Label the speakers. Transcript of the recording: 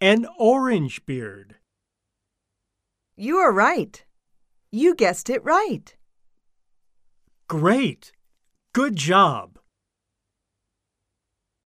Speaker 1: An orange beard.
Speaker 2: You are right. You guessed it right.
Speaker 1: Great. Good job.